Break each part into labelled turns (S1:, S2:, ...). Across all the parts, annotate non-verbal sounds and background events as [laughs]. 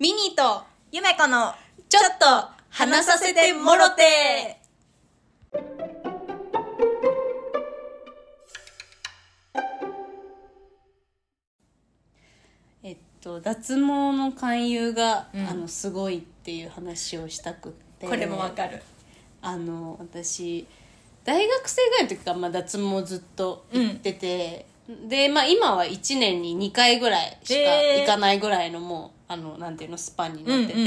S1: ミニーと
S2: ゆめこの
S1: ちょっと話させてもろてえっと脱毛の勧誘が、
S2: うん
S1: あのすごいっていう話をしたくって
S2: これもわかる
S1: あの私大学生ぐらいの時から、まあ、脱毛ずっと行ってて、で、まあ、今は1年に2回ぐらいしか
S2: へー
S1: 行かないぐらいのもうあのなんていうのスパンになってて、
S2: うんうん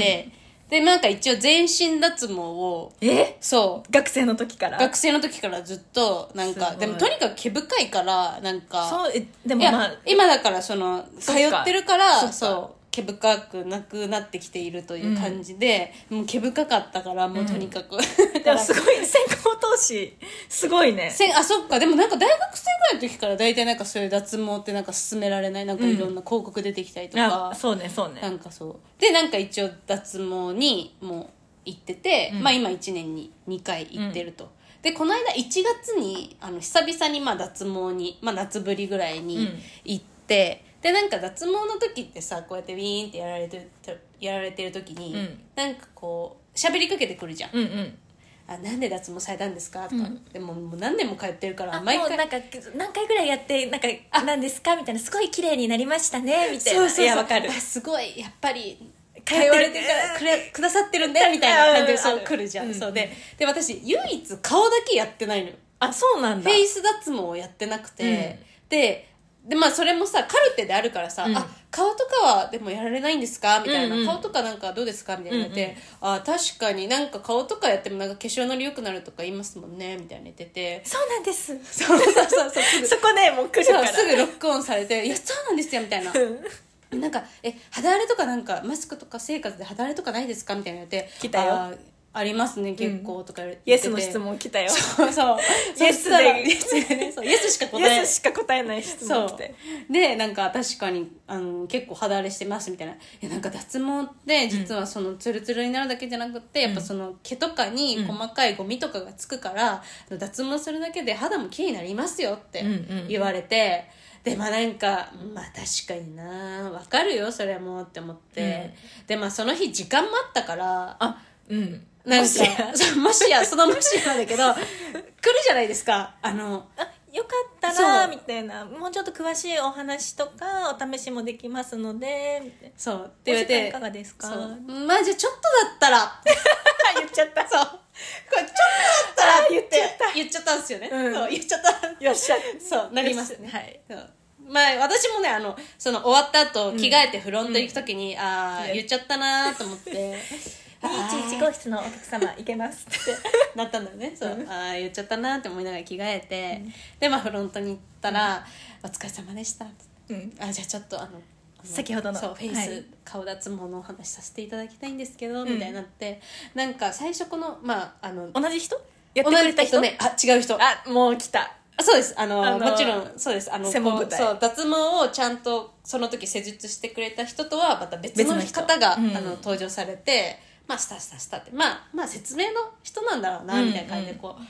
S1: でなんか一応全身脱毛を
S2: え
S1: そう
S2: 学生の時から
S1: 学生の時からずっとなん
S2: す
S1: か
S2: ごい
S1: でもとにかく毛深いからなんか
S2: そうえで
S1: い
S2: も
S1: や、
S2: まあ
S1: 今だからその通
S2: そっ
S1: っ
S2: か
S1: てるから
S2: そ
S1: そ
S2: っ
S1: う
S2: か
S1: 毛深くなくなってきているという感じで、もう毛深かったからもうとにか [laughs] く、だか
S2: でも
S1: ら
S2: すごい先行投資すごいね
S1: せんあそっかでもなんか大学生ぐらいの時から大体なんかそういう脱毛ってなんか勧められないなんかいろんな広告出てきたりとか、
S2: あそうねそうね
S1: なんかそうでなんか一応脱毛にも行ってて、
S2: うん
S1: まあ今1年に2回行ってると、でこの間1月にあの久々にまあ脱毛に、まあ、夏ぶりぐらいに行って、でなんか脱毛の時ってさこうやってウィーンってやられてるとやられてる時に、
S2: うん
S1: なんかこう喋りかけてくるじゃん
S2: うんうん
S1: あなんで脱毛されたんですかとか、
S2: うん
S1: でももう何年も通ってるから
S2: あ
S1: 毎
S2: もう
S1: 回
S2: なんか何回ぐらいやってなんか何ですかみたいなすごい綺麗になりましたねみたいな
S1: そうそうそう
S2: いやわかる
S1: あすごいやっぱり
S2: 通
S1: 通
S2: っ
S1: わ
S2: てる
S1: れてるからくれくださってるん
S2: [laughs]
S1: だよみたいな感じで
S2: あるあ
S1: そ
S2: る
S1: う来るじゃん、
S2: うん
S1: そうでで私唯一顔だけやってないのよ
S2: あそうなん
S1: フ
S2: だ
S1: ェイス脱毛をやってなくて、ででまあそれもさカルテであるからさ「
S2: うん
S1: あ顔とかはでもやられないんですか?」みたいな、
S2: うんうん
S1: 顔とかなんかどうですか?」みたいな言われて「あ確かになんか顔とかやってもなんか化粧のり良くなるとか言いますもんね」みたいな言ってて
S2: [laughs] そうなんです
S1: そうそうそうそうすぐ
S2: そこねもう来る
S1: そ
S2: か
S1: う
S2: ら
S1: すぐロックオンされて「いやそうなんですよ」みたいな
S2: [laughs] うん
S1: なんか「え肌荒れとかなんかマスクとか生活で肌荒れとかないですか?」みたいなの言って
S2: 来たよ
S1: あーありますね結構」とか言ってて
S2: イエスの質問来たよ
S1: そう
S2: [laughs]
S1: そう
S2: イエ
S1: そし
S2: スで
S1: たらイエスでねそうイエスしか答
S2: イ
S1: えな
S2: エ
S1: い
S2: スしか答えない
S1: そ
S2: 質問
S1: う
S2: 来て
S1: でなんか確かにあの結構肌荒れしてますみたいないやなんか脱毛って実はそのツルツルになるだけじゃなくて、やっぱその毛とかに
S2: うん
S1: 細かいゴミとかがつくから、脱毛するだけで肌も綺麗になりますよって
S2: うんうん
S1: 言われて、でまあなんかまあ確かになわかるよそれもって思って、でまあその日時間もあったから
S2: あうん
S1: なんか
S2: もしや
S1: そうもしやそのもしやなんだけ
S2: [laughs]
S1: ど来るじゃないですかあの
S2: あよかったら
S1: そう
S2: みたいなもうちょっと詳しいお話とかお試しもできますのでみたいな
S1: そうって
S2: お
S1: 言わ
S2: 時
S1: れ
S2: 間い
S1: て
S2: かがですか
S1: そうまあじゃあちょっとだったら [laughs] 言っちゃったそうこれちょっとだったらって言って言っちゃったんですよね、
S2: うん
S1: そう言っちゃった
S2: よっしゃ
S1: そうなります
S2: ねはい
S1: そうまあ私もねあのその終わった後着替えてフロント行く時に、ああ
S2: うん
S1: 言っちゃったなーと思って [laughs]
S2: 211号室のお客様行けますって
S1: なったんだよねそう、ああ言っちゃったなーって思いながら着替えて、でまあフロントに行ったら「お疲れ様でした」って [laughs]
S2: うん
S1: あじゃあちょっとあのあの
S2: 先ほどの
S1: そうフェイス、
S2: はい
S1: 顔脱毛のお話させていただきたいんですけど、
S2: ん
S1: みたいになってなんか最初このまああの
S2: 同じ人やってくれた人
S1: 同じえっとねあ違う人あ
S2: あもう来た
S1: そうですあの
S2: あのー
S1: もちろんそうですあの
S2: 専門部
S1: こう
S2: 隊
S1: そう脱毛をちゃんとその時施術してくれた人とはまた別の
S2: 別の人
S1: 方が
S2: うん
S1: あの登場されてまあスタスタスタってまあまあ説明の人なんだろうなみたいな感じでこう、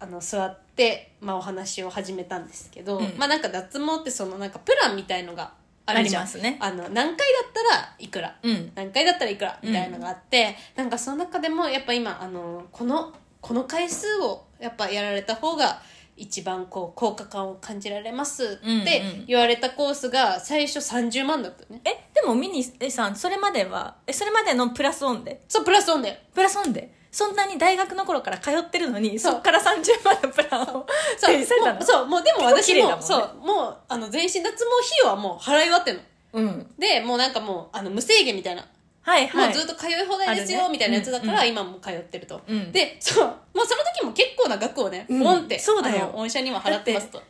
S1: あの座って、まあ、お話を始めたんですけど、
S2: うん
S1: まあなんか脱毛ってそのなんかプランみたいのがあるじゃん
S2: ありますね
S1: あの何回だったらいくら、
S2: うん
S1: 何回だったらいくらみたいなのがあって、なんかその中でもやっぱ今あのこのこの回数をやっぱやられた方が一番こう効果感を感じられます
S2: うんう
S1: っ
S2: ん
S1: て言われたコースが最初30万だったよね、
S2: えでもミニさんそれまではえそれまでのプラスオンで
S1: そうプラスオンで
S2: プラスオンでそんなに大学の頃から通ってるのに
S1: そう
S2: そっから30万のプランを
S1: そう
S2: 提示され
S1: も
S2: たの
S1: うそうもうでも
S2: 結構綺
S1: 私
S2: 麗
S1: も
S2: だもんね
S1: そうもうあの全身脱毛費用はもう払い終わってんの
S2: うん
S1: でもうなんかもうあの無制限みたいな
S2: はいはい
S1: もうずっと通い放題です
S2: あ
S1: よ、
S2: るね
S1: みたいなやつだから、
S2: うんうん
S1: 今も通ってると、
S2: うん
S1: でそうもうその時も結構な額をね、
S2: うん
S1: ボンって
S2: そうだよ
S1: あの御社には払ってますと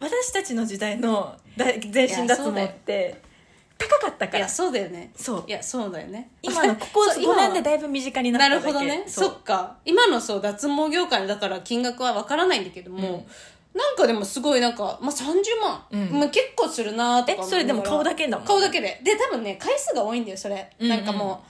S2: 私たちの時代の大全身脱毛って高かったか
S1: い
S2: ら
S1: やそうだよね
S2: そう
S1: いやそうだよね
S2: 今のここ
S1: そう [laughs]
S2: 5
S1: 今は
S2: 年でだいぶ身近になっ
S1: [laughs] な
S2: た
S1: る
S2: だけ
S1: ほどねそ
S2: そう
S1: っか今のそう脱毛業界のだから金額はわからないんだけども、なんかでもすごいなんか、まあ、30万、
S2: うん
S1: まあ、結構するなとか
S2: えそれでも顔だけだもん
S1: 顔だけでで多分ね回数が多いんだよそれ、
S2: うんう
S1: な
S2: ん
S1: んかも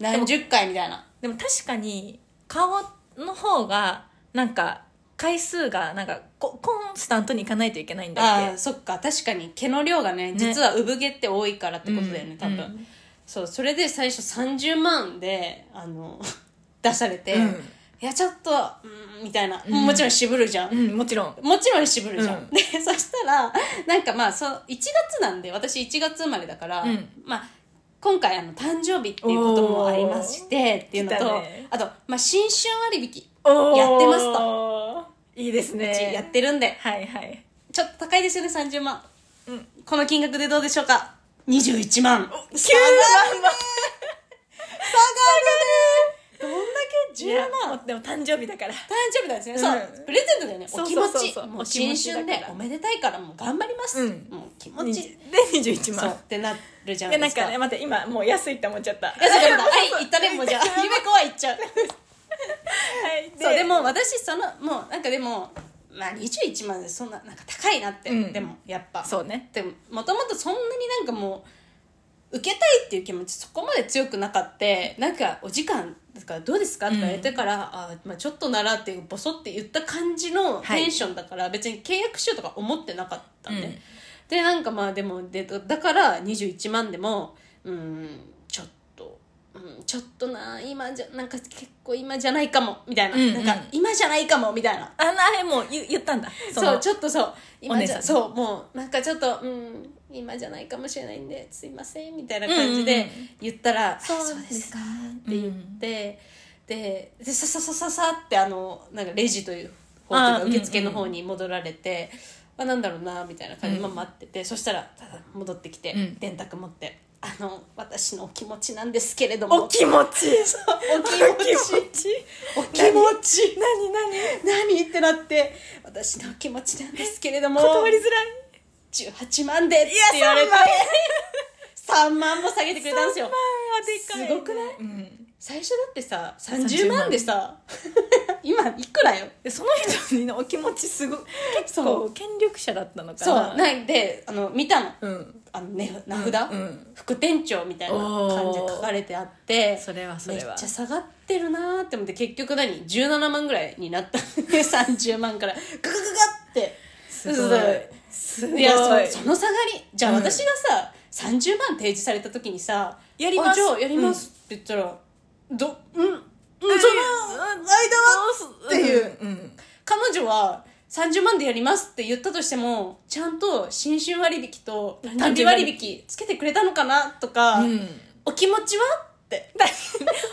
S1: う何十回みたいな
S2: でも確かに顔の方がなんか回数がなんかこコンスタントにいかないといけないんだっ
S1: あ
S2: け
S1: ーそっか確かに毛の量がね
S2: ね
S1: 実は産毛って多いからってことだよね
S2: うん
S1: 多分、
S2: うん
S1: そうそれで最初30万であの [laughs] 出されて、
S2: うん
S1: いやちょっと、うん、みたいな、
S2: うん
S1: もちろん渋るじゃん、
S2: うんもちろん
S1: もちろん渋るじゃん、
S2: うん
S1: でそしたらなんかまあそう1月なんで私1月生まれだから、
S2: うん
S1: まあ今回あの誕生日っていうこともありましてっていうのと、
S2: 来たね
S1: あと、まあ、新春割引
S2: おー
S1: やってます
S2: いいですね
S1: うちやってるんで、
S2: はいはい
S1: ちょっと高いですよね30万、
S2: うん
S1: この金額でどうでしょうか21万
S2: 9万も
S1: どんだけ
S2: い
S1: 10
S2: や
S1: 万
S2: もうでも誕生日だから
S1: 誕生日なんですね、そううんプレゼントだよね
S2: そうそうそうそう
S1: お気持ちも
S2: お
S1: う
S2: 気持
S1: 新
S2: ち
S1: 春
S2: だ
S1: で
S2: から
S1: おめでたいからもう頑張ります、
S2: うん
S1: もう気持
S2: に
S1: ち
S2: で21
S1: そう
S2: 万
S1: ってなるじゃ
S2: い
S1: な
S2: や
S1: いで
S2: なん
S1: すか
S2: かね待って今もう安いって思っちゃった
S1: いやそれもだはい行ったねもうじゃあ夢子は行っちゃう
S2: はい
S1: そうでも私そのもうなんかでもまあ21万でそんななんか高いなって、
S2: うん
S1: でもやっぱ
S2: そうね
S1: でももともとそんなになんかもう受けたいっていう気持ちそこまで強くなかってなんかお時間ですからどうですかとか言われてから、あまあ、ちょっとならってボソって言った感じの
S2: はい
S1: テンションだから、別に契約しようとか思ってなかったんで、
S2: うん
S1: でなんかまあでもでだから21万でもうんちょっと。うん、ちょっとな今じゃなんか結構今じゃないかもみたいな,、
S2: うんうん
S1: なんか今じゃないかもみたいな
S2: あなあれもう言言ったんだ
S1: そう
S2: の
S1: ちょっとそう今じ
S2: お
S1: ゃ
S2: 姉さん
S1: そうもうなんかちょっとうん今じゃないかもしれないんですいませんみたいな感じ
S2: うん
S1: で
S2: うんうん
S1: 言ったら「あ
S2: そう
S1: そうですか」って
S2: です
S1: 言
S2: か
S1: って、ででさささささってあのなんかレジという方と
S2: あ
S1: いう
S2: ーう
S1: か
S2: んうん
S1: 受付の方に戻られて、あなんだろうなみたいな感じで
S2: うん
S1: まあ待ってて、そしたらただ戻ってきて、
S2: うん
S1: 電卓持って「あの私のお気持ちなんですけれども」
S2: お気持ち
S1: お気持ち
S2: お気持ち
S1: お気持ち
S2: 何何
S1: 何ってなって私のお気持ちなんですけれども
S2: 断りづらい
S1: 18万でって
S2: い
S1: 言
S2: や
S1: われて
S2: 3万
S1: 3万も下げてくれたんですよ
S2: 3万はでかいね
S1: すごくない
S2: うん
S1: 最初だってさ30万でさ [laughs] 今いくらよ
S2: でその人のお気持ちすごい結
S1: そ
S2: 構権力者だったのか
S1: そう
S2: な
S1: なんであの見たの
S2: うん
S1: あの、ね、名札、
S2: うんうん
S1: 副店長みたいな感じで書かれてあって
S2: それはそ
S1: めっ
S2: れ
S1: ち
S2: は
S1: ゃ下がってるなーって思って結局何17万ぐらいになったんで [laughs] 30万からガガガガって
S2: すごいすごい
S1: いやそその下がりじゃあ
S2: うん
S1: 私がさ、30万提示された時にさ「
S2: やります
S1: あじゃあやります」って言ったら「どうんうんその
S2: うん
S1: 間は
S2: どうす
S1: っていう
S2: うんうん
S1: 彼女は30万でやります」って言ったとしてもちゃんと新春割引と誕生割引つけてくれたのかなとか、
S2: うん
S1: お気持ちは
S2: [laughs]
S1: って
S2: だ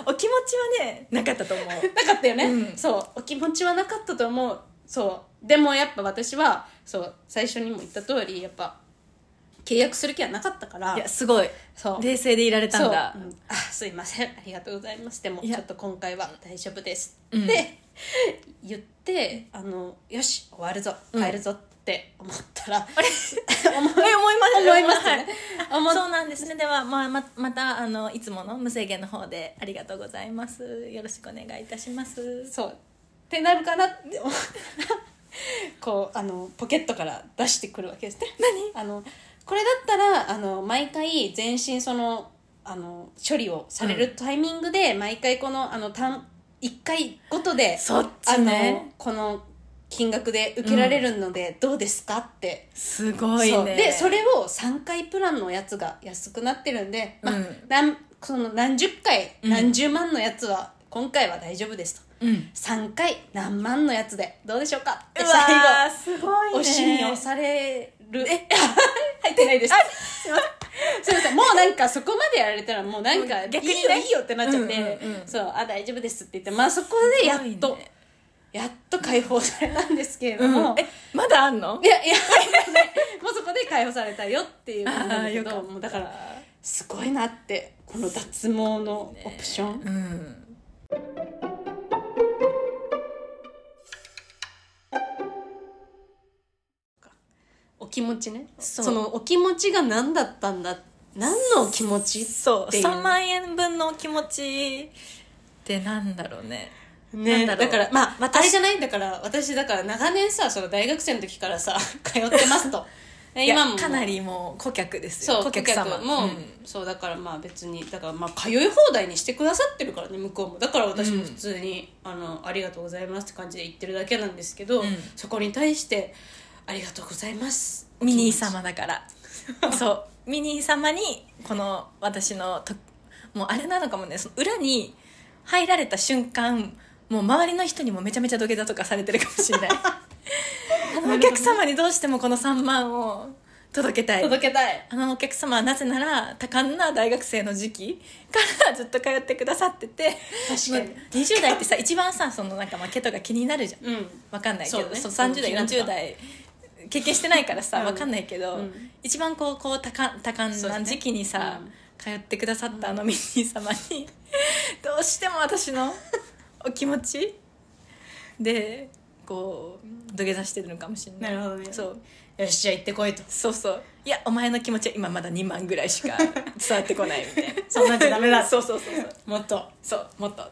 S2: お気持ちはねなかったと思う
S1: なかったよね、
S2: うん
S1: そうお気持ちはなかったと思うそうでもやっぱ私はそう最初にも言った通りやっぱ契約する気はなかったから
S2: [laughs] いやすごい
S1: そう
S2: 冷静でいられたんだ
S1: そう、うんあすいませんありがとうございますでも
S2: い
S1: ち
S2: や
S1: ょっと今回は大丈夫です、
S2: うん
S1: で言ってあのよし終わるぞ
S2: うん
S1: 帰るぞって思ったら、
S2: え思います
S1: [laughs] 思いますよね
S2: はい
S1: 思っ
S2: [laughs] そうなんですねでは、まあ、ままたあのいつもの無制限の方でありがとうございますよろしくお願いいたします
S1: そうってなるかなって思ったら [laughs] こうあのポケットから出してくるわけですね何あのこれだったらあの毎回全身そのあの処理をされるタイミングで、毎回このあの単1回ごとで
S2: そっ
S1: あ
S2: ち
S1: の
S2: ね
S1: この金額で受けられるのでどうですかって、
S2: すごい
S1: そう
S2: ね
S1: でそれを3回プランのやつが安くなってるんで、まあ
S2: うん
S1: なんその何十回
S2: うん
S1: 何十万のやつは今回は大丈夫ですと。
S2: うん
S1: 3回何万のやつでどうでしょうかって
S2: う
S1: 最
S2: わー
S1: 後
S2: すごいね
S1: 押しに押されるえ [laughs] 入ってないですすいませんすいませんもうなんかそこまでやられたらもうなんか
S2: 逆
S1: い
S2: に
S1: いよ
S2: ね
S1: いいよってなっちゃって、
S2: うんうんうん
S1: そうあ大丈夫ですって言ってまあそこでやっ
S2: す
S1: と、
S2: ごいね
S1: やっと解放されたんですけれ
S2: う
S1: ど
S2: ん
S1: も、
S2: えまだあんの
S1: いやい [laughs] やもうそこで解放されたよっていうことなんだけ
S2: あーよか
S1: ど
S2: った
S1: もうだからすごいなってこの脱毛のオプション、
S2: うん
S1: お気持ちね
S2: そ
S1: そうのお気持ちが何だったんだ何のお気持ち
S2: そう
S1: っていう
S2: 3万円分の気持ちってなんだろうね
S1: ね
S2: な
S1: だ
S2: んだろう
S1: からまあ、
S2: また
S1: あれじゃないだから私だから長年さその大学生の時からさ [laughs] 通ってます [laughs] とね
S2: いや
S1: 今も
S2: かなりもう顧客です
S1: そ
S2: よ
S1: う顧
S2: 顧
S1: 客
S2: 客様
S1: も、
S2: うん
S1: そうだからまあ別にだからまあ通い放題にしてくださってるからね向こうもだから私も普通に、あの「ありがとうございます」って感じで言ってるだけなんですけど、
S2: うん
S1: そこに対して「ありがとうございます」
S2: ミニー様だからそうミニー様にこの私のともうあれなのかもねその裏に入られた瞬間もう周りの人にもめちゃめちゃ土下座とかされてるかもしれ
S1: [laughs]
S2: ないあのお客様にどうしてもこの3万を届けたい
S1: 届けたい
S2: あのお客様はなぜなら多感な大学生の時期からずっと通ってくださってて
S1: 確かに
S2: まあ20代ってさ一番さそのなんかまあ毛とか気になるじゃん
S1: うん
S2: わかんないけ
S1: そ
S2: ど、
S1: うね
S2: そう30代
S1: うん
S2: 40代経験してないからさ
S1: うん
S2: わかんないけど、
S1: うん
S2: 一番こうこう多感多感
S1: そうです
S2: な
S1: ね
S2: 時期にさ、
S1: うん
S2: 通ってくださったあのミニー様に [laughs] どうしても
S1: [laughs]
S2: 私のお気持ちでこう土下座してるのかもしれない
S1: なるほどね
S2: そう
S1: よしじゃあ行ってこいと
S2: そうそういやお前の気持ちは今まだ2万ぐらいし
S1: [laughs]
S2: か伝わってこないみたいな
S1: そんなんじゃダメだ
S2: そうそうそうそう
S1: もっと
S2: そうもっとっ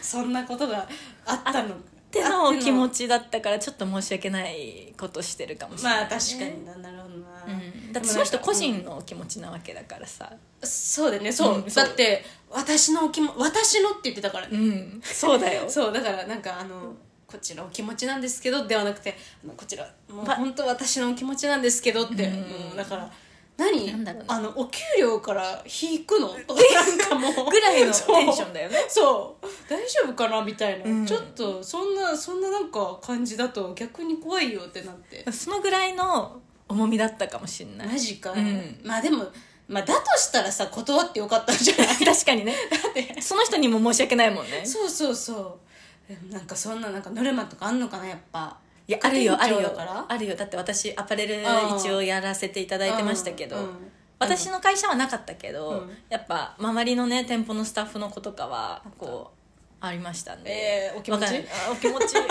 S1: そんなことがあったの
S2: ての気持
S1: ち
S2: ちだったからちょっと申し訳ないことしてるかもしれない、
S1: まあ確かにななるほどな、
S2: うんだってその人個人の気持ちなわけだからさ
S1: そうだよねそう、
S2: うんそう
S1: だって私のお気も私のって言ってたから、ね
S2: うん [laughs] そうだよ
S1: そうだからなんかあの、こちらお気持ちなんですけどではなくてあのこちらもう
S2: ま
S1: 本当私のお気持ちなんですけどって、
S2: うん
S1: もうだから何
S2: なんだろうね
S1: あのお給料から引く
S2: [laughs]
S1: のとかなんかもう
S2: ぐらいの
S1: そう
S2: テンションだよね
S1: そう大丈夫かなみたいな、
S2: うん
S1: ちょっとそんなそんななんか感じだと逆に怖いよってなって
S2: そのぐらいの重みだったかもしれない
S1: マジか、
S2: うん
S1: まあでも、まあ、だとしたらさ断ってよかったんじゃない
S2: [laughs] 確かにね
S1: だって
S2: [laughs] その人にも申し訳ないもんね
S1: そうそうそうでもなんかそんななんかノルマとかあんのかなやっぱ
S2: いやあるよあ
S1: 家
S2: る
S1: 庭
S2: よ
S1: 庁だから
S2: あるよだって私アパレル
S1: うん
S2: 一応やらせていただいてましたけど、
S1: うんうん
S2: 私の会社はなかったけど、
S1: うん
S2: やっぱ周りのね店舗のスタッフの子とかはこうありましたね
S1: えーお気持ち
S2: わかんないあお気持ち [laughs] いや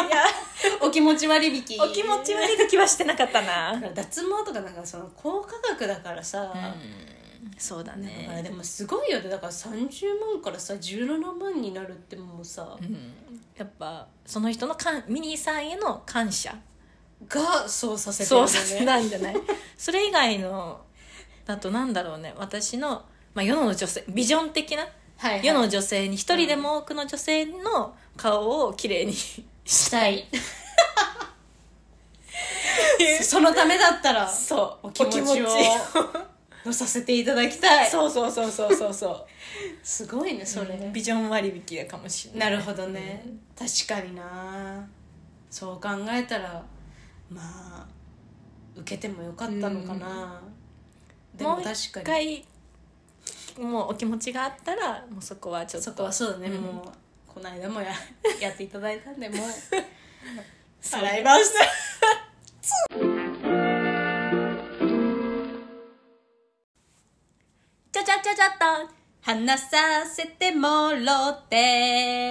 S1: お気持ち割引
S2: お気持ち悪い時はしてなかったな
S1: だから脱毛とかなんかその高価格だからさ、
S2: そう
S1: だ
S2: だ
S1: から
S2: ね
S1: でもすごいよねだから30万からさ17万になるってもうさ、
S2: やっぱその人のかんミニーさんへの感謝
S1: がそうさせてる
S2: そ
S1: よ
S2: うさせ
S1: ね
S2: なんじゃない [laughs] それ以外のだとなんだろうね私の、まあ、世の女性ビジョン的な
S1: はいはい
S2: 世の女性に一人でも多くの女性の顔を綺麗に
S1: したい [laughs] そのためだったら
S2: そう
S1: お気持ちを
S2: お気持ち
S1: のさせていただきたい
S2: そうそうそうそうそうそ
S1: すごいねそれ、
S2: うビジョン割引かもしれな
S1: ないるほどね、確かになそう考えたらまあ受けてもよかったのかな、でも
S2: もう一
S1: 確かに
S2: 回もうお気持ちがあったらもうそこはちょっと
S1: そこはそうだね、
S2: うん
S1: もうこの間もややっていただいたんで [laughs] もう
S2: そう
S1: 洗いました
S2: [laughs] ちゃちゃちゃちゃっと
S1: 話させてもろて